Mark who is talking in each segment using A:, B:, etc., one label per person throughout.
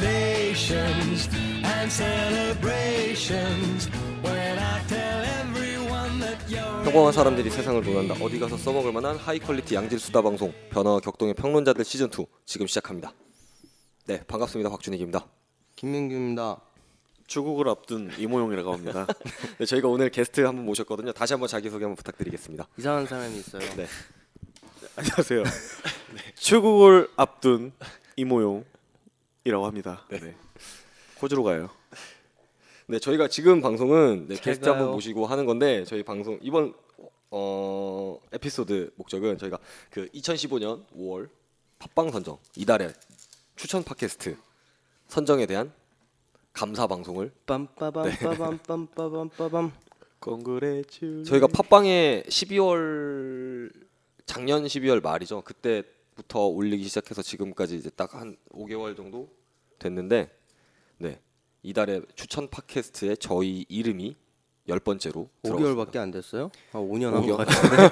A: Congratulations and celebrations when I tell everyone that you're
B: 평범한 사람들이 세상을 논한다. 어디 가서 써먹을 만한 하이 퀄리티 양질 수다 방송 변화와 격동의 평론자들 시즌 2 지금 시작합니다. 네 반갑습니다 박준익입니다.
C: 김민규입니다.
B: 출국을 앞둔 이모용이라고 합니다. 네, 저희가 오늘 게스트 한 분 모셨거든요. 다시 한번 자기 소개 한번 부탁드리겠습니다.
C: 이상한 사람이 있어요.
B: 네.
D: 안녕하세요. 출국을 앞둔 이모용이라고 합니다. 네. 호주로 가요.
B: 네 저희가 지금 방송은 네,
C: 잘
B: 게스트 한 분
C: 가요.
B: 모시고 하는 건데 저희 방송 이번 어, 에피소드 목적은 저희가 그 2015년 5월 팟빵 선정 이달의 추천 팟캐스트 선정에 대한 감사 방송을
C: 빰빠밤 빠밤 빰빠밤 빠밤.
D: Congratulations.
B: 저희가
C: 음.
B: 팟빵에 12월 작년 12월 말이죠. 그때부터 올리기 시작해서 지금까지 이제 딱 한 5개월 정도 됐는데 네. 이달의 추천 팟캐스트에 저희 이름이 열 번째로
C: 5개월밖에 안 됐어요? 아 5년 한것
B: 5개월.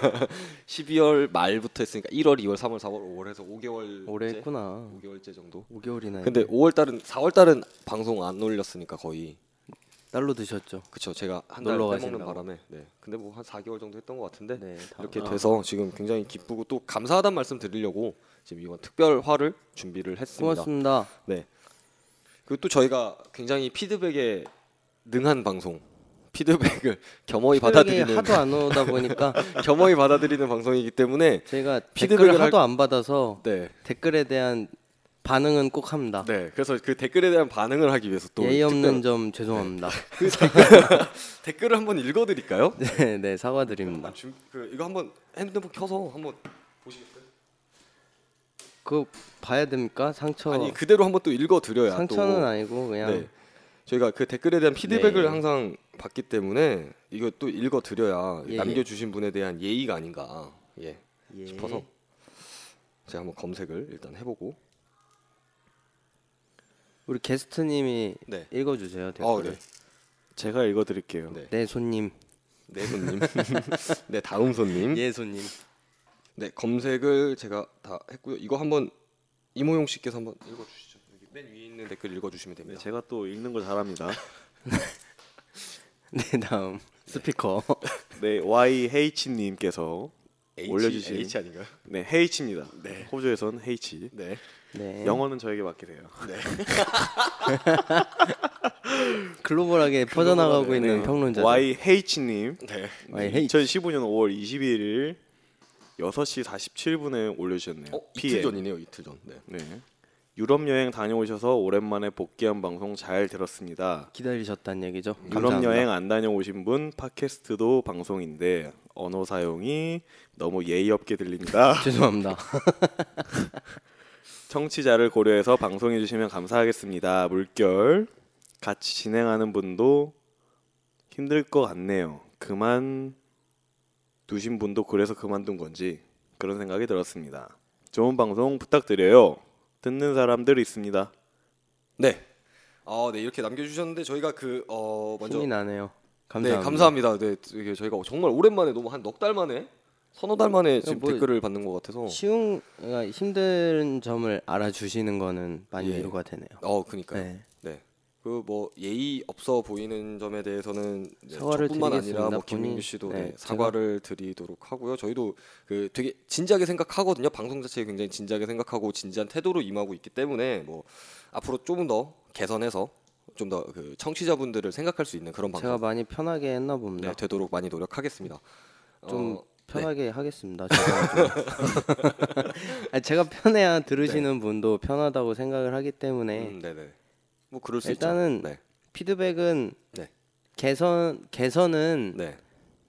C: 같아.
B: 12월 말부터 했으니까 1월, 2월, 3월, 4월, 5월에서 5개월
C: 오래 했구나. 네.
B: 5개월째 정도.
C: 5개월이나.
B: 근데 5월 달은 4월 달은 방송 안 올렸으니까 거의
C: 딸로 드셨죠?
B: 그쵸 제가 한달
C: 놀러
B: 빼먹는
C: 가신다고.
B: 바람에 네. 근데 뭐 한 4개월 정도 했던 것 같은데
C: 네. 다-
B: 이렇게
C: 아,
B: 돼서 지금 굉장히 기쁘고 또 감사하다는 말씀 드리려고 지금 이번 특별화를 준비를 했습니다.
C: 고맙습니다.
B: 네. 그리고 또 저희가 굉장히 피드백에 능한 방송, 피드백을 겸허히
C: 새벽에
B: 받아들이는
C: 하도 안 오다 보니까
B: 겸허히 받아들이는 방송이기 때문에
C: 제가
B: 피드백을
C: 댓글을
B: 할-
C: 하도 안 받아서
B: 네.
C: 댓글에 대한 반응은 꼭 합니다.
B: 네. 그래서 그 댓글에 대한 반응을 하기 위해서 또
C: 아. 예의 없는
B: 특별-
C: 점 죄송합니다.
B: 댓글을 한번 읽어 드릴까요?
C: 네, 네 사과드립니다.
B: 그 이거 한번 핸드폰 켜서 한번 보시겠어요?
C: 그거 봐야 됩니까? 상처
B: 아니 그대로 한번 또 읽어 드려야
C: 어. 상처는 아니고 그냥
B: 네. 저희가 그 댓글에 대한 피드백을
C: 네.
B: 항상 받기 때문에 이거 또 읽어 드려야
C: 예.
B: 남겨주신 분에 대한 예의가 아닌가 예,
C: 예.
B: 싶어서 제가 한번 검색을 일단 해보고
C: 우리 게스트님이
B: 네.
C: 읽어주세요
B: 어,
C: 댓글을.
B: 네.
D: 제가 읽어드릴게요.
B: 네.
C: 네 손님.
B: 네 손님 네 다음 손님
C: 예 손님.
B: 네 검색을 제가 다 했고요 이거 한번 이모용 씨께서 한번 읽어주시죠 여기 맨 위에 있는 댓글 읽어주시면
D: 네,
B: 됩니다
D: 제가 또 읽는 거 잘합니다.
C: 네 다음 스피커.
D: 네, YH님께서
B: H,
D: 올려주신
B: H 아닌가요?
D: 네, H입니다. 호주에선 H.
B: 네
C: 네.
D: 영어는 저에게 맡기세요.
C: 글로벌하게 퍼져나가고 있는 평론자.
D: 네. YH님.
B: 네.
C: Y H.
D: 2015년 5월 21일 6시 47분에 올려주셨네요.
B: 어,
D: PM.
B: 이틀 전이네요 이틀 전 네.
D: 네. 유럽 여행 다녀오셔서 오랜만에 복귀한 방송 잘 들었습니다.
C: 기다리셨다는 얘기죠.
D: 유럽
C: 감사합니다.
D: 여행 안 다녀오신 분 팟캐스트도 방송인데 언어 사용이 너무 예의 없게 들린다.
C: 죄송합니다.
D: 청취자를 고려해서 방송해 주시면 감사하겠습니다. 물결 같이 진행하는 분도 힘들 것 같네요. 그만 두신 분도 그래서 그만둔 건지 그런 생각이 들었습니다. 좋은 방송 부탁드려요. 듣는 사람들 있습니다.
B: 네. 어, 네 이렇게 남겨주셨는데 저희가 그어 먼저
C: 힘이 나네요.
B: 네
C: 감사합니다.
B: 감사합니다. 네 이게 저희가 정말 오랜만에 너무 한 넉 달 만에 서너 달 만에 지금
C: 뭐-
B: 댓글을 받는 것 같아서
C: 쉬운 그러니까 힘든 점을 알아주시는 거는 많이
B: 예.
C: 위로가 되네요.
B: 어 그니까요.
C: 네.
B: 네. 그 뭐 예의 없어 보이는 점에 대해서는 네,
C: 사과를
B: 저뿐만 아니라
C: 드리겠습니다.
B: 뭐 김민규
C: 본인-
B: 씨도
C: 네,
B: 네,
C: 제가-
B: 사과를 드리도록 하고요. 저희도 그 되게 진지하게 생각하거든요. 방송 자체 굉장히 진지하게 생각하고 진지한 태도로 임하고 있기 때문에 뭐 앞으로 조금 더 개선해서 좀 더 그 청취자분들을 생각할 수 있는 그런 방송
C: 제가 많이 편하게 했나 봅니다.
B: 네, 되도록 많이 노력하겠습니다.
C: 좀
B: 어,
C: 편하게 하겠습니다. 제가, 좀. 아니, 제가 편해야 들으시는 분도 편하다고 생각을 하기 때문에
B: 음, 네네. 뭐 그럴 수
C: 일단은
B: 있죠. 네.
C: 피드백은
B: 네.
C: 개선 개선은
B: 네.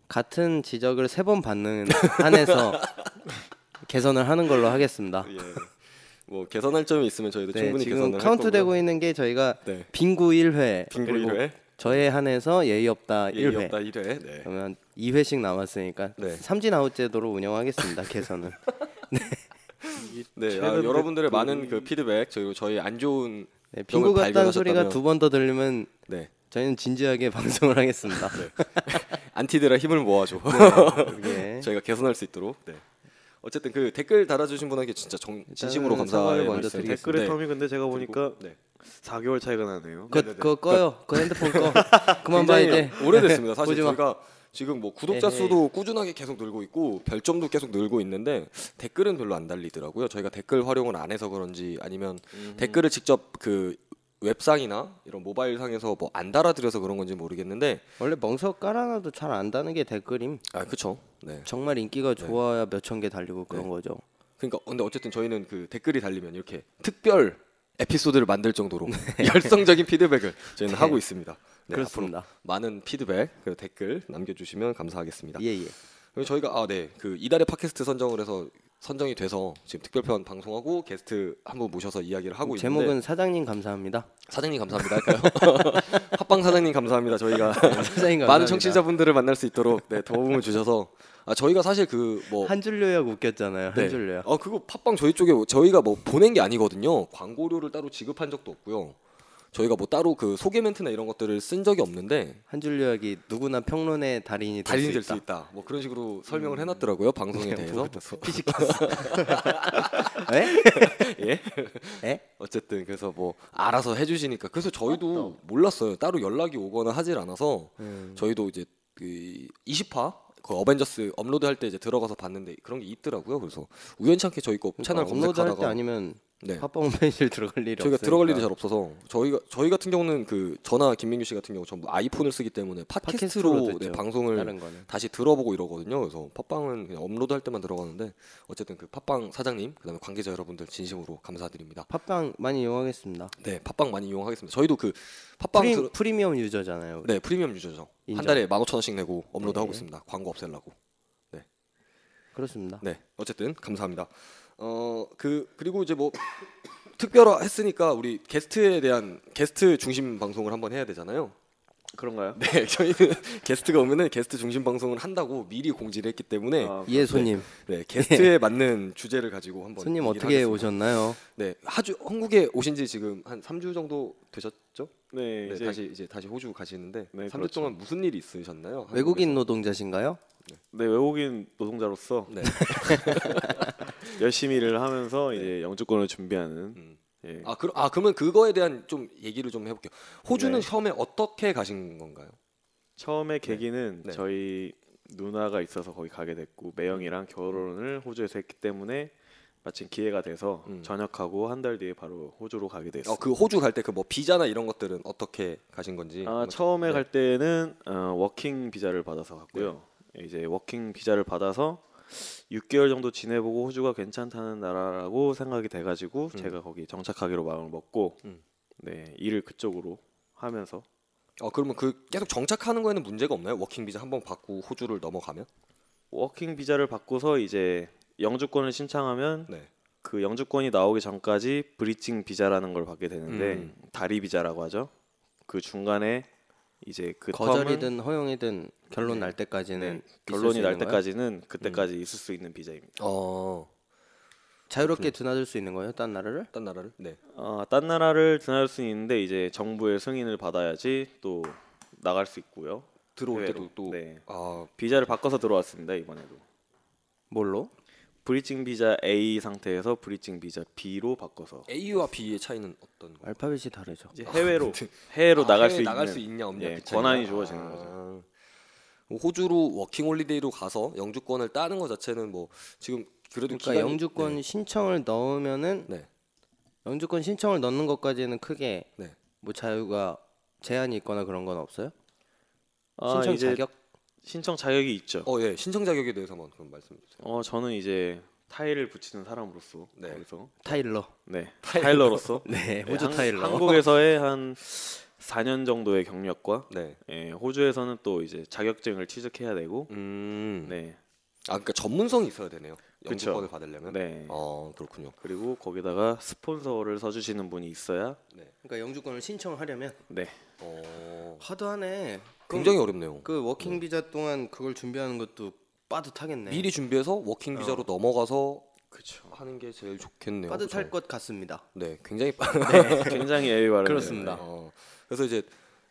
C: 같은 지적을 세 번 받는 한에서 개선을 하는 걸로 하겠습니다.
B: 예. 뭐 개선할 점이 있으면 저희도
C: 네,
B: 충분히
C: 지금
B: 개선을
C: 카운트되고
B: 할
C: 있는 게 저희가
B: 거고요. 네.
C: 빙구 1회
B: 빙고
C: 그리고
B: 1회,
C: 저에 한해서 예의 없다 1회
B: 예의 없다 1회. 네.
C: 그러면 2회씩 남았으니까
B: 네.
C: 삼진 아웃제도로 운영하겠습니다. 개선은
B: 네. 아,
D: 최근
B: 여러분들의
D: 댓글이-
B: 많은 그 피드백 저희 저희 안 좋은 점을
C: 네, 빙구 같다는 소리가
B: 발견하셨다면-
C: 두 번 더 들리면
B: 네.
C: 저희는 진지하게 방송을 하겠습니다.
B: 안티들의 힘을 모아줘.
C: 이게 네.
B: 저희가 개선할 수 있도록. 네. 어쨌든 그 댓글 달아주신 분에게 진짜 정, 진심으로 감사의
C: 사과를 먼저
B: 말씀
C: 드리겠습니다.
D: 댓글의 텀이 근데 제가 보니까
B: 네.
D: 4개월 차이가 나네요.
C: 그거 그거 꺼요. 그 핸드폰 꺼. 그만 봐 이제.
B: 그러니까 굉장히 오래됐습니다. 사실
C: 보지 마.
B: 저희가 지금 뭐 구독자
C: 에헤이.
B: 수도 꾸준하게 계속 늘고 있고 별점도 계속 늘고 있는데 댓글은 별로 안 달리더라고요. 저희가 댓글 활용을 안 해서 그런지 아니면
C: 음.
B: 댓글을 직접 그 웹상이나 이런 모바일 상에서 뭐 안 달아드려서 그런 건지 모르겠는데
C: 원래 멍석 깔아놔도 잘 안다는 게 댓글임.
B: 아 그쵸 네
C: 정말 인기가 좋아야 몇 천 개 달리고 그런 거죠.
B: 그러니까 근데 어쨌든 저희는 그 댓글이 달리면 이렇게 특별 에피소드를 만들 정도로 열성적인 피드백을 저희는 하고 있습니다 네,
C: 네. 그렇습니다.
B: 앞으로 많은 피드백 그리고 댓글 남겨주시면 감사하겠습니다
C: 예예.
B: 그리고 저희가 아 네 그 이달의 팟캐스트 선정을 해서 선정이 돼서 지금 특별편 방송하고 게스트 한 분 모셔서 이야기를 하고
C: 제목은
B: 있는데
C: 사장님 감사합니다.
B: 사장님 감사합니다 할까요? 합방 사장님 감사합니다 저희가
C: 사장님 감사합니다.
B: 많은 청취자분들을 만날 수 있도록 네 도움을 주셔서 아 저희가 사실 그뭐
C: 한 줄 요약 웃겼잖아요. 한 줄 요약.
B: 아 그거 팟빵 저희 쪽에 저희가 뭐 보낸 게 아니거든요. 광고료를 따로 지급한 적도 없고요. 저희가 뭐 따로 그 소개 멘트나 이런 것들을 쓴 적이 없는데
C: 한 줄 요약이 누구나 평론의 달인이 될
B: 달인이
C: 수
B: 될 수
C: 있다. 음. 네, 뭐
B: 있다. 뭐 그런 식으로 설명을 해놨더라고요 방송에 대해서.
C: 에?
B: 예.
C: 에?
B: 어쨌든 그래서 뭐 알아서 해주시니까 그래서 저희도 몰랐어요. 따로 연락이 오거나 하질 않아서
C: 음.
B: 저희도 이제 그 20화 그 어벤져스 업로드 할 때 이제 들어가서 봤는데 그런 게 있더라고요. 그래서 우연치 않게 저희 거 채널
C: 그러니까 업로드할 때
B: 검색하다가
C: 아니면
B: 네.
C: 팝빵 홈페이지를 들어갈 일이
B: 저희가
C: 없으니까.
B: 들어갈 일이 잘 없어서 저희가 저희 같은 경우는 그 저나 김민규 씨 같은 경우 전부 아이폰을 쓰기 때문에
C: 팟캐스트로
B: 팟캐스트로 네,
C: 듣죠.
B: 방송을
C: 다른 거는.
B: 다시 들어보고 이러거든요. 그래서 팟빵은 그냥 업로드할 때만 들어가는데 어쨌든 그 팟빵 사장님 그다음에 관계자 여러분들 진심으로 감사드립니다.
C: 팝빵 많이 이용하겠습니다.
B: 네, 팟빵 많이 이용하겠습니다. 저희도 그 팟빵
C: 프리,
B: 들어-
C: 프리미엄 유저잖아요. 우리.
B: 네 프리미엄 유저죠. 한
C: 인정.
B: 달에 15,000원씩 내고 업로드하고
C: 네.
B: 있습니다. 광고 없애려고.
C: 그렇습니다.
B: 네, 어쨌든 감사합니다. 어 그 그리고 이제 뭐 특별화했으니까 우리 게스트에 대한 게스트 중심 방송을 한번 해야 되잖아요.
D: 그런가요?
B: 네, 저희는 게스트가 오면은 게스트 중심 방송을 한다고 미리 공지를 했기 때문에
D: 아,
C: 예 손님.
B: 네, 게스트에 맞는 주제를 가지고 한번
C: 손님
B: 얘기를
C: 어떻게
B: 하겠습니다.
C: 오셨나요?
B: 네, 하주 한국에 오신 지 지금 한 3주 정도 되셨죠?
D: 네,
B: 네,
D: 이제
B: 다시 이제 다시 호주 가시는데
D: 네,
B: 3주
D: 그렇죠.
B: 동안 무슨 일이 있으셨나요? 한국에서?
C: 외국인 노동자신가요?
D: 네 외국인 노동자로서
B: 네.
D: 열심히 일을 하면서 이제 영주권을 준비하는
B: 음.
D: 예.
B: 아, 그, 아 그러면 그거에 대한 좀 얘기를 좀 해볼게요. 호주는
D: 네.
B: 처음에 어떻게 가신 건가요?
D: 처음에 계기는
B: 네.
D: 저희 누나가 있어서 거기 가게 됐고
B: 음.
D: 매형이랑 결혼을 호주에서 했기 때문에 마침 기회가 돼서
B: 음.
D: 전역하고 한 달 뒤에 바로 호주로 가게 됐어요.
B: 어, 그 호주 갈 때 그 뭐 비자나 이런 것들은 어떻게 가신
C: 예,
B: 건지.
D: 아,
B: 한번-
D: 처음에
B: 네.
D: 갈 때는 어, 워킹 비자를 받아서 갔고요.
C: 네.
D: 이제 워킹 비자를 받아서 6개월 정도 지내보고 호주가 괜찮다는 나라라고 생각이 돼가지고
C: 음.
D: 제가 거기 정착하기로 마음을 먹고
B: 음.
D: 네 일을 그쪽으로 하면서
B: 어, 그러면 그 계속 정착하는 거에는 문제가 없나요? 워킹 비자 한번 받고 호주를 넘어가면?
D: 워킹 비자를 받고서 이제 영주권을 신청하면
B: 네.
D: 그 영주권이 나오기 전까지 브리징 비자라는 걸 받게 되는데
B: 음.
D: 다리 비자라고 하죠. 그 중간에 이제 그 텀은 네,
C: 거절이든 허용이든 결론 날 때까지는 있을 수
D: 결론이 날
C: 있는 거예요? 음.
D: 때까지는 그때까지 있을 수 있는 비자입니다.
B: 어,
C: 자유롭게 드나들 수 있는 거예요? 딴 나라를?
B: 딴 나라를? 네.
D: 어, 딴 나라를 드나들 수 있는데 이제 정부의 승인을 받아야지 또 나갈 수 있고요.
B: 들어올
D: 해외로.
B: 때도 또
D: 네.
B: 아,
D: 비자를 바꿔서 들어왔습니다 이번에도.
C: 뭘로?
D: 브리징 비자 A 상태에서 브리징 비자 B로 바꿔서
B: A와 B의 차이는 어떤 거?
C: 알파벳이 다르죠.
D: 이제 해외로 해외로
B: 아,
D: 나갈
B: 해외
D: 수
B: 나갈
D: 있는
B: 수 있냐 없냐
D: 예,
B: 그 차이가.
D: 권한이 주어지는
B: 아. 뭐
D: 거죠.
B: 호주로 워킹홀리데이로 가서 영주권을 따는 것 자체는 뭐 지금 그래도
C: 그러니까
B: 기간이-
C: 영주권
B: 네.
C: 신청을 넣으면은
B: 네.
C: 영주권 신청을 넣는 것까지는 크게
B: 네.
C: 뭐 자유가 제한이 있거나 그런 건 없어요?
D: 아,
C: 신청
D: 이제
C: 자격?
D: 신청 자격이 있죠.
B: 어, 예. 신청 자격에 대해서만 그럼 말씀해 주세요.
D: 어 저는 이제 타일을 붙이는 사람으로서
B: 네.
D: 거기서
C: 타일러.
D: 네 타일러로서
C: 네,
D: 네,
C: 호주
D: 한-
C: 타일러.
D: 한국에서의 한 4년 정도의 경력과
B: 네.
D: 예, 호주에서는 또 이제 자격증을 취득해야 되고
B: 음.
D: 네,
B: 아, 그러니까 전문성이 있어야 되네요.
D: 그쵸.
B: 영주권을 받으려면.
D: 네.
B: 어, 그렇군요.
D: 그리고 거기다가 스폰서를 써주시는 분이 있어야
C: 그러니까 영주권을 신청하려면
D: 네
B: 어.
C: 하도 하네.
B: 굉장히 어렵네요.
C: 그 워킹 비자 동안 그걸 준비하는 것도 빠듯하겠네.
B: 미리 준비해서 워킹 비자로 넘어가서 하는 게 제일 좋겠네요.
C: 빠듯할
B: 그죠?
C: 것 같습니다.
B: 네, 굉장히 빠.
D: 굉장히 예의 바르네요.
C: 그렇습니다.
B: 어, 그래서 이제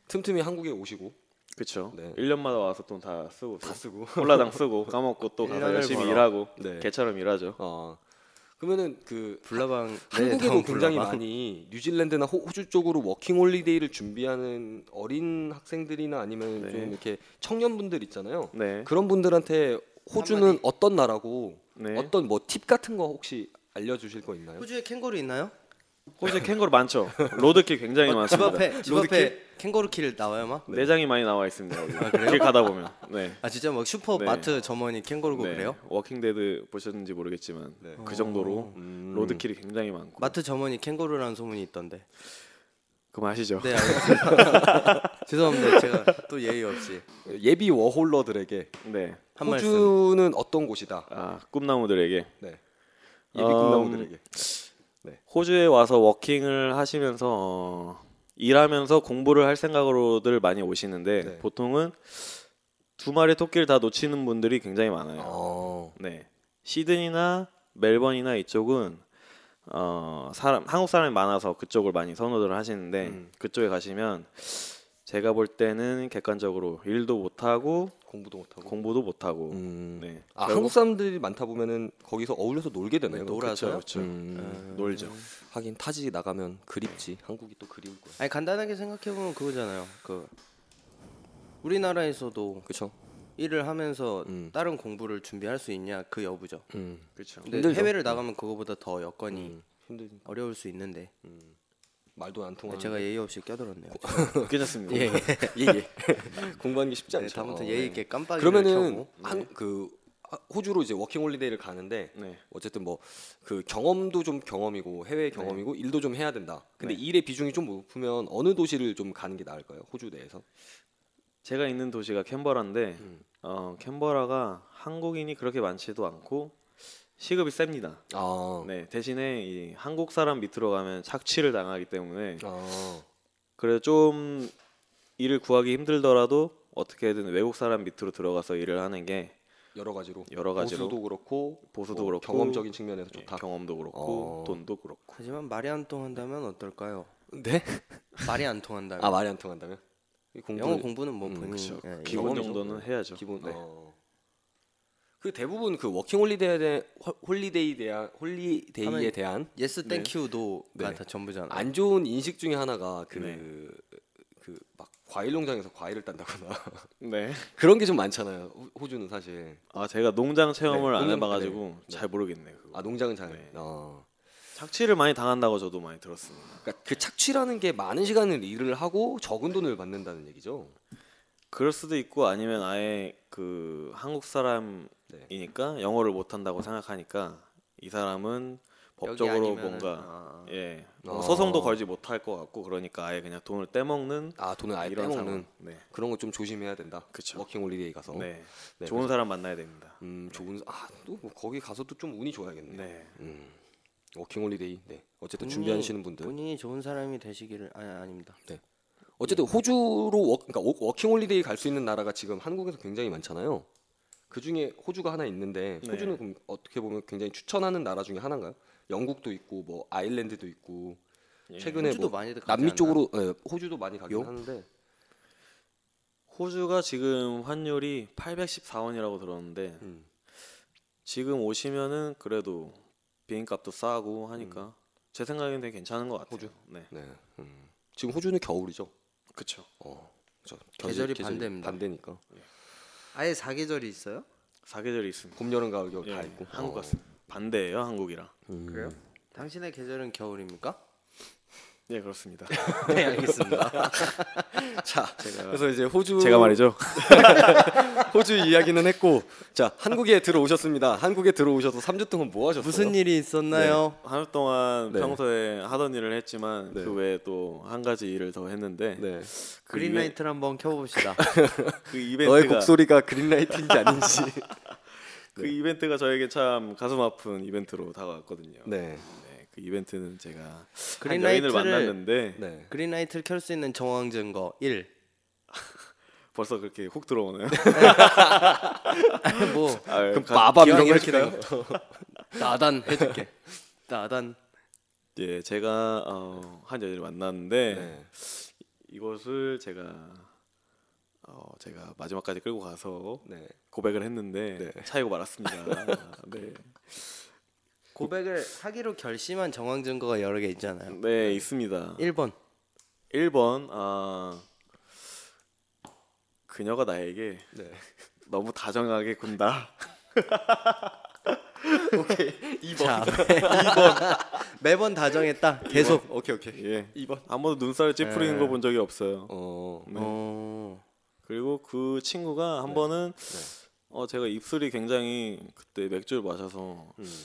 B: 틈틈이 한국에 오시고
D: 그렇죠.
B: 네.
D: 1년마다 와서 돈 다 쓰고
B: 다 쓰고.
D: 콜라당 쓰고 까먹고 또 가서
C: 1년을
D: 열심히
C: 벌어.
D: 일하고
B: 네.
D: 개처럼 일하죠.
B: 어. 그러면은 그
C: 네, 불나방
B: 한국에도 굉장히 많이 뉴질랜드나 호- 호주 쪽으로 워킹 홀리데이를 준비하는 어린 학생들이나 아니면
D: 네.
B: 좀 이렇게 청년분들 있잖아요.
D: 네.
B: 그런 분들한테 호주는 어떤 나라고
D: 네.
B: 어떤 뭐 팁 같은 거 혹시 알려주실 거 있나요?
C: 호주에 캥거루 있나요?
D: 호주에 그 캥거루 많죠. 로드킬 굉장히
B: 네,
C: 집
D: 많습니다.
C: 어, 그
D: 네
C: 앞에 집 앞에 캥거루 킬 나와요 막?
D: 내장이 많이 나와 있습니다. 여기. 길 가다 보면. 네.
C: 아 진짜 막 슈퍼
D: 네.
C: 마트 점원이 캥거루고
D: 네.
C: 그래요? 네.
D: 워킹 데드 보셨는지 모르겠지만 그
C: 어.
D: 정도로
B: 음.
D: 로드킬이 굉장히 많고.
C: 마트 점원이 캥거루라는 소문이 있던데.
D: 그럼 아시죠?
C: 네 알겠습니다. 죄송합니다. 제가 또 예의 없이
B: 예비 워홀러들에게
D: 네.
C: 한 말씀.
B: 호주는 어떤 곳이다.
D: 아, 꿈나무들에게
B: 네. 예비
D: 음.
B: 꿈나무들에게.
D: 호주에 와서 워킹을 하시면서 어, 일하면서 공부를 할 생각으로들 많이 오시는데
B: 네.
D: 보통은 두 마리 토끼를 다 놓치는 분들이 굉장히 많아요.
B: 어.
D: 네. 시드니나 멜번이나 이쪽은 어, 사람 한국 사람이 많아서 그쪽을 많이 선호들 하시는데
B: 음.
D: 그쪽에 가시면 제가 볼 때는 객관적으로 일도 못 하고
B: 공부도 못하고.
D: 공부도 못 하고
B: 음.
D: 네.
B: 아
D: 결국
B: 한국 사람들이 많다 보면은 거기서 어울려서 놀게 되네요.
C: 네, 놀아서요?
B: 그쵸, 그쵸. 음.
C: 어.
D: 놀죠.
B: 하긴 타지 나가면 그립지. 한국이 또 그리울 거야.
C: 아니 간단하게 생각해 보면 그거잖아요. 그 우리나라에서도
B: 그렇죠.
C: 일을 하면서
B: 음.
C: 다른 공부를 준비할 수 있냐 그 여부죠.
B: 음.
D: 그렇죠.
C: 근데
B: 힘들죠. 음.
C: 해외를 나가면 그거보다 더 여건이
B: 힘들
C: 어려울 수 있는데
B: 음.
C: 그러니까
B: 말도 안 통하는.
C: 제가 예의 없이 껴들었네요.
B: 어,
D: 괜찮습니다.
C: 예.
B: 예, 예. 공부하는 게 쉽지
C: 네,
B: 않죠.
C: 다음부터
B: 어,
C: 예의
B: 네.
C: 있게 깜빡이를
B: 그러면은
C: 켜고 네.
B: 한 그 호주로 이제 워킹 홀리데이를 가는데
D: 네.
B: 어쨌든 뭐 그 경험도 좀 경험이고
C: 네.
B: 해외 경험이고 일도 좀 해야 된다. 근데
D: 네.
B: 일의 비중이 좀 높으면 어느 도시를 좀 가는 게 나을까요? 호주 내에서?
D: 제가 있는 도시가 캔버라인데
B: 음.
D: 어, 캔버라가 한국인이 그렇게 많지도 않고 시급이 셉니다.
B: 아.
D: 네, 대신에 이 한국 사람 밑으로 가면 착취를 당하기 때문에
B: 아.
D: 그래서 좀 일을 구하기 힘들더라도 어떻게든 외국 사람 밑으로 들어가서 일을 하는 게
B: 여러 가지로.
D: 여러 가지로.
B: 보수도 그렇고
D: 보수도
B: 뭐
D: 그렇고
B: 경험적인 측면에서
D: 예,
B: 좋다.
D: 경험도 그렇고
B: 어.
D: 돈도 그렇고
C: 하지만 말이 안 통한다면 어떨까요?
B: 네?
C: 말이 안 통한다면
B: 아 말이 안 통한다면? 이 공부를-
C: 영어 공부는 뭐
B: 음,
C: 본인
D: 그쵸.
C: 예,
D: 기본
B: 경험이죠.
D: 정도는 해야죠.
B: 기본.
D: 네.
B: 어. 그 대부분 그 워킹 홀리데이에 대한 홀리데이 대한 홀리데이에
C: 하면-
B: 대한
C: 예스 땡큐도가
B: 네.
C: 다 전부잖아.
B: 안 좋은 인식 중에 하나가
D: 네.
B: 그 그 막 과일 농장에서 과일을 딴다거나
D: 네.
B: 그런 게 좀 많잖아요. 호- 호주는 사실.
D: 아 제가 농장 체험을
B: 네,
D: 안
B: 농장-
D: 해봐가지고
B: 네.
D: 잘 모르겠네. 그거.
B: 아 농장은 잘.
D: 네.
B: 어.
D: 착취를 많이 당한다고 저도 많이 들었습니다.
B: 그러니까 그 착취라는 게 많은 시간을 일을 하고 적은 돈을 받는다는 얘기죠.
D: 그럴 수도 있고 아니면 아예 그 한국 사람
B: 네.
D: 이니까 영어를 못한다고 생각하니까 이 사람은
C: 여기
D: 법적으로
C: 아니면은-
D: 뭔가
C: 아, 아.
D: 예
B: 아.
D: 뭐 소송도 걸지 못할 것 같고 그러니까 아예 그냥 돈을 떼먹는
B: 아 돈을 아예
D: 이런
B: 빼먹는
D: 상황. 네.
B: 그런 거 좀 조심해야 된다.
D: 그쵸.
B: 워킹 홀리데이 가서.
D: 네.
B: 네,
D: 좋은 사람 만나야 됩니다.
B: 음 좋은 아또 거기 가서도 좀 운이 좋아야겠네.
D: 네.
B: 음 워킹 홀리데이. 네. 어쨌든
C: 본인이-
B: 준비하시는 분들.
C: 본인이 좋은 사람이 되시기를 아니 아닙니다.
B: 어쨌든 호주로 워, 그러니까 워- 워킹 홀리데이 갈 수 있는 나라가 지금 한국에서 굉장히 많잖아요. 그 중에 호주가 하나 있는데
D: 네.
B: 호주는 그럼 어떻게 보면 굉장히 추천하는 나라 중에 하나인가요? 영국도 있고 뭐 아일랜드도 있고
D: 예.
B: 최근에
C: 호주도
B: 뭐
C: 많이들 가지
B: 남미
C: 않나?
B: 쪽으로 예, 호주도 많이 가긴
C: 요?
B: 하는데
D: 호주가 지금 환율이 814원이라고 들었는데
B: 음.
D: 지금 오시면은 그래도 비행값도 싸고 하니까 제 생각엔 되게 괜찮은 것 같아요.
B: 음. 호주?
D: 네.
B: 네. 음. 지금 호주는 겨울이죠.
D: 그렇죠.
B: 어. 그죠.
C: 계절이 반대입니다.
B: 반대니까.
C: 아예 사계절이 있어요?
D: 사계절이 있습니다.
B: 봄, 여름, 가을, 겨울 다
D: 예,
B: 있고.
D: 한국
B: 어.
D: 같습니다. 반대예요, 한국이랑.
B: 음.
C: 그래요? 당신의 계절은 겨울입니까?
D: 예, 그렇습니다.
C: 네
B: 아,
C: 알겠습니다.
B: 자,
D: 제가
B: 그래서 이제 호주
D: 제가 말이죠.
B: 호주 이야기는 했고 자, 한국에 들어오셨습니다. 한국에 들어오셔서 3주 동안 뭐 하셨어요?
C: 무슨 일이 있었나요?
D: 한 주 동안
B: 네.
D: 평소에 하던 일을 했지만
B: 네.
D: 그 외에 또 한 가지 일을 더 했는데
B: 네.
D: 그
C: 그린라이트를 한번 켜봅시다.
D: 이벤- 그
B: 너의
D: 이벤트가
B: 곡소리가 그린라이트인지 아닌지.
D: 그 이벤트가 저에게 참 가슴 아픈 이벤트로 다가왔거든요.
B: 네.
D: 네, 그 이벤트는 제가 한
C: 그린라이트를-
D: 여인을 만났는데
B: 네.
C: 그린라이트를 켤 수 있는 정황 증거 1.
D: 벌써 그렇게 훅 들어오네요.
C: 뭐
D: 아,
B: 그럼
D: 가-
B: 빠밤 이런
C: 기왕
B: 거
C: 이렇게
B: 할까요?
C: 나단 해줄게. 나단.
D: 예, 제가 네. 어, 한 여인을 만났는데
B: 네.
D: 이것을 제가 어, 제가 마지막까지 끌고 가서
B: 네.
D: 고백을 했는데
B: 네.
D: 차이고 말았습니다. 네.
C: 고백을 하기로 결심한 정황 증거가 여러 개 있잖아요.
D: 네, 있습니다.
C: 1번
D: 1번 아 그녀가 나에게
B: 네.
D: 너무 다정하게 군다.
C: 자, 네, 매번 다정했다. 계속. 오케이 오케이.
D: 예. 네. 2번. 아무도 눈살 찌푸리는 걸 본 적이 없어요.
B: 어.
D: 네.
C: 어.
D: 그리고 그
C: 네.
D: 친구가 한 번은 어 제가 입술이 굉장히 그때 맥주를 마셔서
B: 음.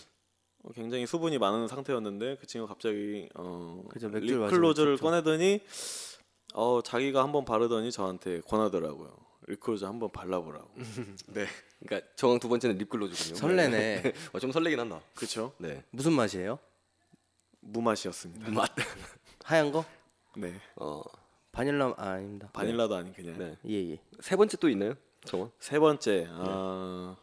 D: 어, 굉장히 수분이 많은 상태였는데 그 친구가 갑자기 어
C: 그죠, 맥주를 마시면
D: 리클로저를
C: 좋죠.
D: 꺼내더니 어 자기가 한 번 바르더니 저한테 권하더라고요. 리클로저 한 번 발라보라고.
C: 음.
D: 네.
B: 그러니까 정황 두 번째는 립글로즈군요.
C: 설레네.
B: 네. 어, 좀 설레긴 한다.
D: 그렇죠.
B: 네.
C: 무슨 맛이에요?
D: 무맛이었습니다.
C: 하얀 거?
D: 네.
B: 어.
C: 바닐라 아, 아닙니다.
D: 바닐라도 아닌 그냥.
B: 네.
C: 예 예.
B: 세 번째 또 있나요? 정황?
D: 세
C: 네.
D: 번째. 아,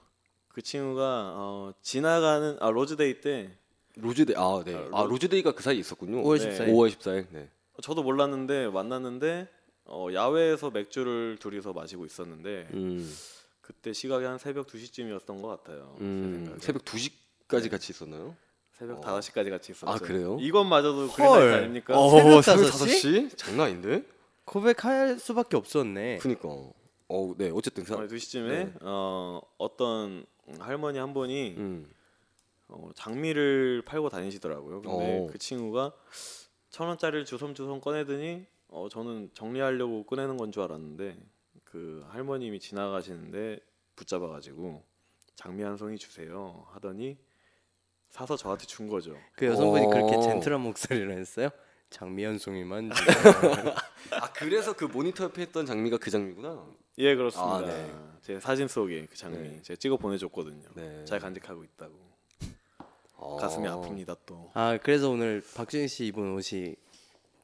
D: 그 친구가 어, 지나가는 아 로즈데이 때
B: 로즈데이. 아, 네. 아, 로즈데이가 그 사이에 있었군요.
C: 5월
D: 네.
C: 14일.
B: 5월 14일. 네.
D: 저도 몰랐는데 만났는데 어, 야외에서 맥주를 둘이서 마시고 있었는데
B: 음.
D: 그때 시각이 한 새벽 2시쯤이었던 것 같아요. 제
B: 음.
D: 생각에.
B: 새벽 2시까지 같이 있었나요?
D: 새벽
B: 어.
D: 5시까지 같이 있었죠.
B: 아, 그래요?
D: 이것마저도
C: 헐.
D: 그린라이트 아닙니까?
C: 어. 새벽 다섯 시?
B: 장난 아닌데?
C: 고백할 수밖에 없었네.
B: 그니까. 어, 네. 어쨌든
D: 아,
B: 그 사-
D: 2시쯤에
B: 네.
D: 어, 어떤 할머니 한 분이
B: 음.
D: 어, 장미를 팔고 다니시더라고요. 근데
B: 어.
D: 그 친구가 천 원짜리를 주섬주섬 꺼내더니 어, 저는 정리하려고 꺼내는 건 줄 알았는데 그 할머님이 지나가시는데 붙잡아가지고 장미 한 송이 주세요 하더니 사서 저한테 준 거죠.
C: 그 여성분이
B: 어.
C: 그렇게 젠틀한 목소리를 했어요? 장미연송이만
B: 아, 그래서 그 모니터 옆에 했던 장미가 그 장미구나.
D: 예 그렇습니다.
B: 아, 네.
D: 제 사진 속에 그 장미
B: 네.
D: 제가 찍어 보내줬거든요.
B: 네.
D: 잘 간직하고 있다고
B: 어.
D: 가슴이 아픕니다 또.
C: 아 그래서 오늘 박준희 씨 입은 옷이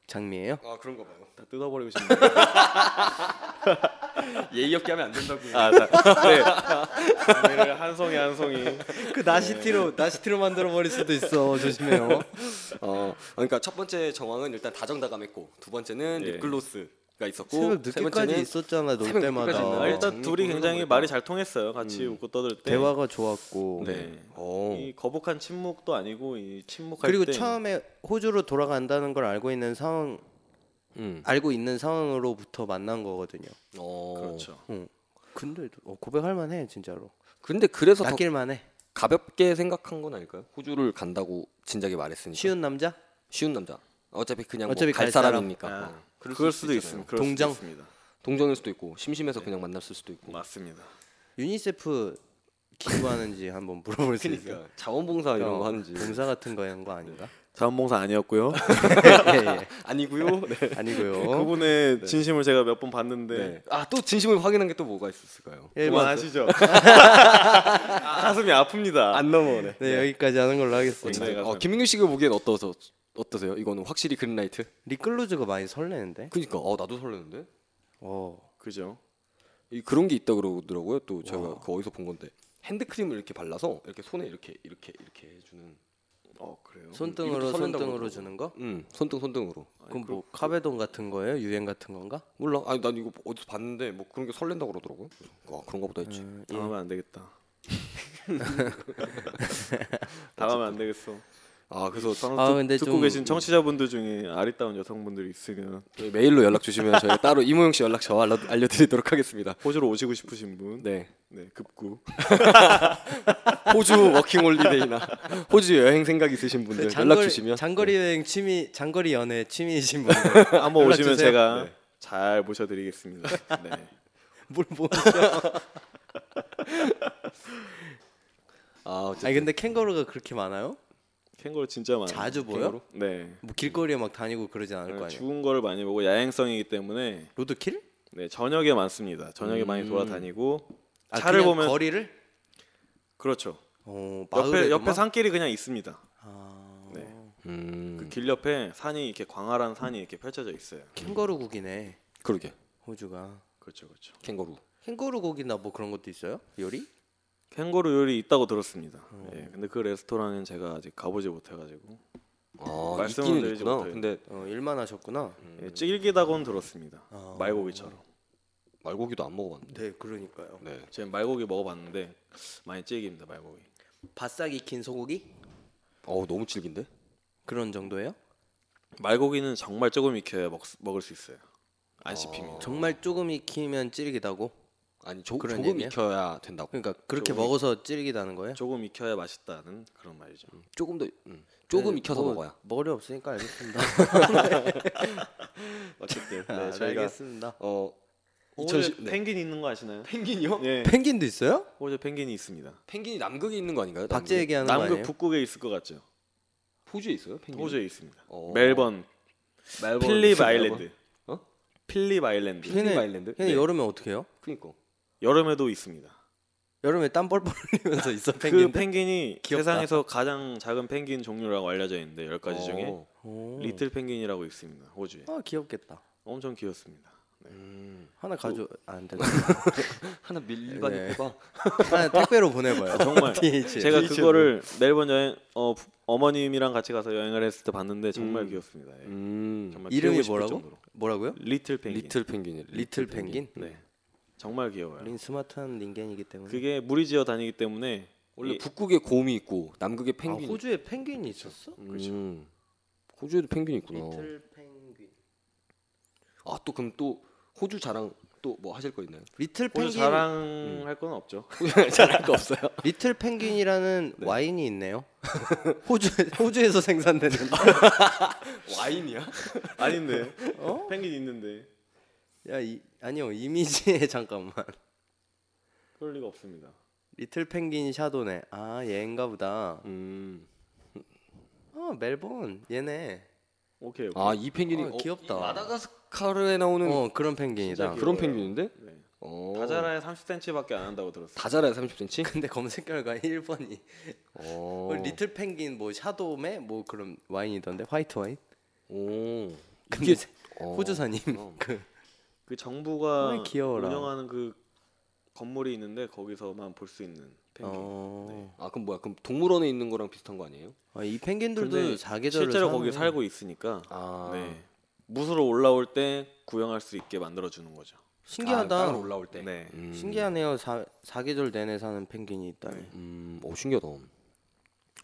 C: 장미예요?
B: 아, 그런가 봐요.
D: 다 뜯어버리고 싶네요.
B: 예의 없게 하면 안 된다고요.
D: 아, 나, 네. 장미를 한 송이 한 송이.
C: 그 나시티로 나시티로 만들어 버릴 수도 있어 조심해요.
B: 어, 그러니까 첫 번째 정황은 일단 다정다감했고 두 번째는
D: 예.
B: 립글로스가 있었고
C: 새벽
B: 세
C: 늦게까지
B: 번째는
C: 있었잖아 놀
B: 새벽 늦게까지
C: 때마다
D: 아,
B: 있나요?
D: 일단
B: 어, 장미
D: 둘이
B: 보는
D: 굉장히
B: 거니까. 음.
D: 말이 잘 통했어요. 같이 웃고 떠들 때.
C: 대화가 좋았고
D: 네.
B: 어,
D: 이 거북한 침묵도 아니고 이 침묵할
C: 그리고
D: 때
C: 처음에 호주로 돌아간다는 걸 알고 있는 상황
B: 음,
C: 알고 있는 상황으로부터 만난 거거든요.
B: 어,
D: 그렇죠.
C: 응. 근데 어, 고백할 만해 진짜로.
B: 근데 그래서 더 그러니까.
C: 낚일 만해.
B: 가볍게 생각한 건 아닐까요? 호주를 간다고 진작에 말했으니까 쉬운,
C: 쉬운 남자?
B: 남자. 어차피 그냥
C: 어차피
B: 뭐 갈
C: 갈 사람.
B: 사람이니까.
D: 아,
B: 어.
D: 그럴,
B: 수도
D: 수도
B: 있잖아요.
D: 있습니다. 그럴 수도
C: 동정.
D: 있습니다.
B: 동정일 수도 있고 심심해서 그냥 만났을 수도 있고.
D: 맞습니다.
C: 유니세프 기부하는지 한번 물어볼 수 있어요.
B: 그러니까 자원봉사 이런
C: 어,
B: 거 하는지
C: 봉사 같은 거 하는 거 아닌가?
D: 자원봉사 아니었고요.
C: 예, 예.
B: 아니고요. 네.
C: 아니고요.
D: 그분의 진심을 제가 몇 번 봤는데
B: 네. 아또 진심을 확인한 게 또 뭐가 있었을까요?
C: 일
D: 그만
C: 번.
D: 아시죠? 가슴이 아픕니다.
B: 안 넘어오네.
C: 네, 여기까지 하는 걸로 하겠습니다.
D: 어쨌든. 네,
B: 어,
D: 가슴.
B: 김민규 씨가 보기엔 어떠서 어떠세요? 이거는 확실히 그린라이트?
C: 리클루즈가 많이 설레는데.
B: 그니까 어 나도 설레는데. 음,
C: 어.
D: 그죠?
B: 이 그런 게 있다 그러더라고요. 또 제가 그 어디서 본 건데 핸드크림을 이렇게 발라서 이렇게 손에 이렇게 이렇게 이렇게 해주는.
D: 어 그래요.
B: 이것도
C: 손등으로
B: 설렌다고
C: 손등으로
B: 그러더라고.
C: 주는 거?
B: 음 손등 손등으로.
C: 그럼 뭐 카베돈 같은 거예요? 유행 같은 건가?
B: 몰라. 아니 난 이거 어디서 봤는데 뭐 그런 게 설렌다 고 그러더라고요. 그래서 아 그런가 보다 했지.
D: 당하면 안 되겠다. 당하면 안 되겠어.
B: 아 그래서
D: 방송
C: 아,
D: 듣-
C: 근데
D: 듣고
C: 좀-
D: 계신 청취자분들 중에 아리따운 여성분들이 있으면
B: 저희 네, 메일로 연락 주시면 저희가 따로 이모영 씨 연락처 알려, 알려드리도록 하겠습니다.
D: 호주로 오시고 싶으신 분, 네,
B: 네.
D: 급구.
B: 호주 워킹홀리데이나 호주 여행 생각 있으신 분들 연락 주시면
C: 네, 장거리 여행 취미 장거리 연애 취미이신
D: 네.
C: 분
D: 한번
C: 연락
D: 오시면
C: 주세요. 네.
D: 제가 잘 모셔드리겠습니다. 네.
C: 뭘 뭐?
B: 아 어쨌든
C: 아니 근데 캥거루가 그렇게 많아요?
D: 캥거루 진짜 많아요.
C: 자주 보여?
D: 네.
C: 뭐 길거리에 막 다니고 그러진 않을 거 아니에요?
D: 죽은 거를 많이 보고 야행성이기 때문에
C: 로드킬?
D: 네, 저녁에 많습니다. 저녁에
C: 음.
D: 많이 돌아다니고
C: 아,
D: 차를
C: 그냥
D: 보면
C: 거리를?
D: 그렇죠.
C: 어,
D: 옆에
C: 마을에
D: 옆에 산길이 그냥 있습니다.
C: 아,
D: 네.
B: 음
D: 그 길 옆에 산이 이렇게 광활한 산이 이렇게 펼쳐져 있어요.
C: 캥거루국이네
B: 그러게
C: 호주가
D: 그렇죠, 그렇죠.
B: 캥거루.
C: 캥거루국이나 뭐 그런 것도 있어요? 요리?
D: 캥거루 요리 있다고 들었습니다.
C: 음.
D: 예, 근데 그 레스토랑은 제가 아직 가보지 못해가지고
B: 아
D: 말씀은
B: 있기는
D: 드리지
B: 있구나.
D: 못해요.
B: 근데
D: 음.
C: 어 일만 하셨구나
D: 예, 찔기다고는 들었습니다.
C: 어.
D: 말고기처럼.
B: 말고기도 안 먹어봤는데.
C: 네, 그러니까요.
B: 네.
D: 제가 말고기 먹어봤는데 많이 찌깁니다 말고기.
C: 바싹 익힌 소고기
B: 어우 너무 질긴데?
C: 그런 정도예요?
D: 말고기는 정말 조금 익혀야 먹, 먹을 수 있어요. 어, 안 씹힙니다.
C: 정말 조금 익히면 찌르기다고?
B: 아니 조,
C: 그런
B: 조금
C: 얘기예요?
B: 익혀야 된다고.
C: 그러니까 그렇게
D: 조금 익-
C: 먹어서 찌르기다는 거예요?
D: 조금 익혀야 맛있다는 그런 말이죠.
B: 조금 더 음, 조금
C: 네,
B: 익혀서
C: 뭐
B: 먹어야.
C: 머리 없으니까 알겠습니다.
D: 어쨌든
C: 아,
D: 네, 저희가
C: 알겠습니다.
B: 어
D: 호주에
B: 2010 네.
D: 펭귄 있는 거 아시나요?
B: 펭귄이요?
C: 네.
D: 예,
C: 펭귄도 있어요?
D: 호주 펭귄이 있습니다.
B: 펭귄이 남극에 있는 거 아닌가요?
C: 박제
B: 남극에?
C: 얘기하는 거
D: 남극
C: 아니에요?
D: 북극에 있을 것 같죠?
B: 호주에 있어요? 펭귄.
D: 호주에 있습니다.
B: 어.
D: 멜번,
B: 멜버른
D: 필립
B: 무슨
D: 아일랜드.
B: 멜버른? 어?
D: 필립 아일랜드.
B: 필립 아일랜드?
C: 걔네
B: 네.
C: 여름에 어떻게 해요?
B: 그니까.
D: 여름에도 있습니다.
C: 여름에 땀 뻘뻘 흘리면서 있어
D: 그
C: 펭귄.
D: 펭귄이
C: 귀엽다.
D: 세상에서 가장 작은 펭귄 종류라고 알려져 있는데 열 가지 중에
B: 어.
C: 오.
D: 리틀 펭귄이라고 있습니다. 호주에.
C: 아 귀엽겠다.
D: 엄청 귀엽습니다.
B: 음.
C: 하나 가져 아, 안 돼.
B: 하나 밀반입해 봐.
C: 네. 하나 택배로 보내봐요.
D: 정말
C: DHL.
D: 예, 제가 그거를 멜번 여행 어 부- 어머님이랑 같이 가서 여행을 했을 때 봤는데 정말
B: 음.
D: 귀엽습니다. 예.
B: 음.
D: 정말
C: 이름이
D: 키우고 싶을
C: 뭐라고?
D: 정도로.
C: 뭐라고요?
D: 리틀 펭귄.
B: 리틀 펭귄이
C: 리틀 펭귄.
D: 네. 정말 귀여워요.
C: 우린 스마트한 링겐이기 때문에.
D: 그게 무리 지어 다니기 때문에
B: 원래
D: 이-
B: 북극에 곰이 있고 남극에 펭귄.
C: 아, 호주에 펭귄이 있었어?
B: 음. 호주에도 펭귄이 있구나.
C: 리틀 펭귄.
B: 아 또 그럼 또 호주 자랑 또 뭐 하실 거 있나요?
C: 리틀
D: 호주
C: 펭귄.
D: 자랑할 건 없죠.
B: 자랑 거 없어요.
C: 리틀 펭귄이라는 와인이 있네요. 호주 호주에서 생산되는.
B: 뭐 와인이야?
D: 아닌데 펭귄 있는데
C: 야, 이, 아니요 이미지에 잠깐만.
D: 그럴 리가 없습니다.
C: 리틀 펭귄 샤도네. 아 얘인가 보다.
B: 음.
C: 아 멜본 얘네.
D: 오케이. 오케이.
B: 아이 펭귄이
C: 어,
B: 어,
C: 귀엽다.
B: 이 마다가스카르에 나오는
C: 어 그런 펭귄이다.
D: 음. 진짜
B: 그런
D: 귀여워요.
B: 펭귄인데?
D: 네.
B: 어.
D: 다자라에 30cm밖에 안 한다고 들었어요.
B: 다 자라요 30cm?
C: 근데 검색 결과 1번이
B: 어.
C: 그 리틀 펭귄 뭐 샤도메 뭐 그런 와인이던데 화이트 와인.
B: 오.
C: 근데
B: 이게- 어.
C: 호주사님
B: 어.
C: 그
D: 그 정부가
C: 아, 귀여워라.
D: 운영하는 그 건물이 있는데 거기서만 볼 수 있는 펭귄. 네.
C: 어.
B: 아 그럼 뭐야? 그럼 동물원에 있는 거랑 비슷한 거 아니에요?
C: 아, 이 펭귄들도
D: 근데
C: 사계절을
D: 실제로
C: 사는
D: 거기 살고 있으니까
B: 아.
D: 네. 무수로 올라올 때 구경할 수 있게 만들어 주는 거죠.
C: 신기하다.
B: 아, 땅으로 올라올 때.
D: 네.
B: 음.
C: 신기하네요. 사, 사계절 내내 사는 펭귄이 있다니.
B: 음. 오 신기하다.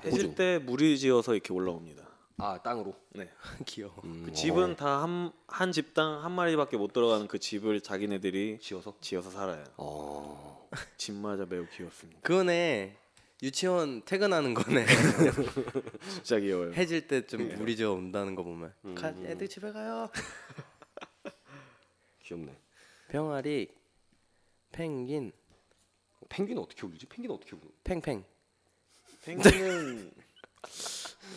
D: 해질 때 무리 지어서 이렇게 올라옵니다.
B: 아 땅으로.
D: 네.
C: 귀여워.
B: 음,
D: 그 집은 다 한 한 집당 한 마리밖에 못 들어가는 그 집을 자기네들이
B: 지어서?
D: 지어서 살아요.
B: 어.
D: 집마다 매우 귀엽습니다.
C: 그거네. 유치원 퇴근하는 거네.
D: 진짜 귀여워요.
C: 해질 때좀 물이 저 온다는 거 보면. 가, 애들 집에 가요.
B: 귀엽네.
C: 병아리, 펭귄,
B: 펭귄은 어떻게 울지? 펭귄은 어떻게 울어?
C: 팽팽.
D: 펭귄은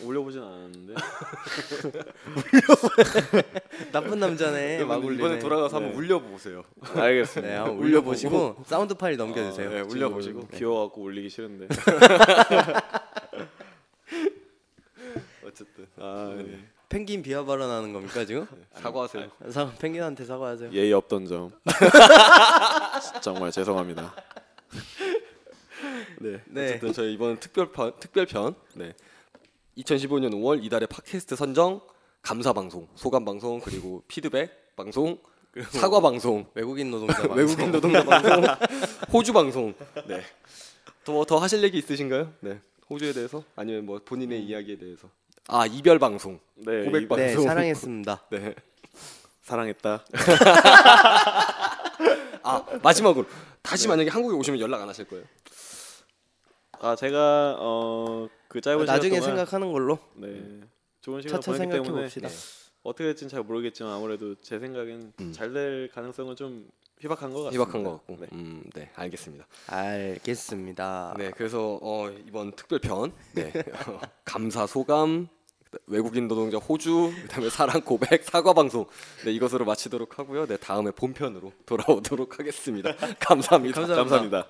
D: 올려보진 않았는데
C: 나쁜 남자네. 막 울리네.
B: 돌아가서 한번 울려보세요.
D: 알겠습니다.
C: 네, 한번 울려보시고 사운드 파일 넘겨주세요.
D: 네, 올려보시고 귀여워갖고 울리기 싫은데
B: 어쨌든
D: 아, 네.
C: 펭귄 비하 발언하는 겁니까 지금?
B: 사과하세요.
C: 사, 펭귄한테 사과하세요.
D: 예의 없던 점 정말 죄송합니다.
B: 네.
C: 네.
B: 어쨌든 저희 이번 특별편 특별편 네. 2015년 5월 이달의 팟캐스트 선정 감사 방송, 소감 방송 그리고 피드백 방송, 사과 방송,
C: 외국인 노동자 방송.
B: 외국인 노동자 방송, 호주 방송. 네. 더 더 하실 얘기 있으신가요? 네. 호주에 대해서 아니면 뭐 본인의 이야기에 대해서. 아, 이별 방송.
D: 네,
B: 고백
D: 이-
B: 방송.
C: 네, 사랑했습니다.
B: 네.
D: 사랑했다.
B: 아, 마지막으로 다시 만약에 한국에 오시면 연락 안 하실 거예요.
D: 아 제가 어그 짧은 시간
C: 나중에
D: 동안
C: 생각하는 걸로
D: 네 좋은 시간
C: 차차
D: 보냈기
C: 생각해
D: 때문에 네,
C: 봅시다.
D: 어떻게 될지는 잘 모르겠지만 아무래도 제 생각엔
C: 음.
D: 잘 될 가능성은 좀 희박한 것 같습니다.
B: 희박한 것 같고.
D: 네.
B: 음, 네. 알겠습니다.
C: 알겠습니다.
B: 네, 그래서 어, 이번 특별편 네. 어, 감사 소감 그다- 외국인 노동자 호주 그다음에 사랑 고백 사과 방송 네, 이것으로 마치도록 하고요. 네, 다음에 본편으로 돌아오도록 하겠습니다. 감사합니다.
D: 감사합니다.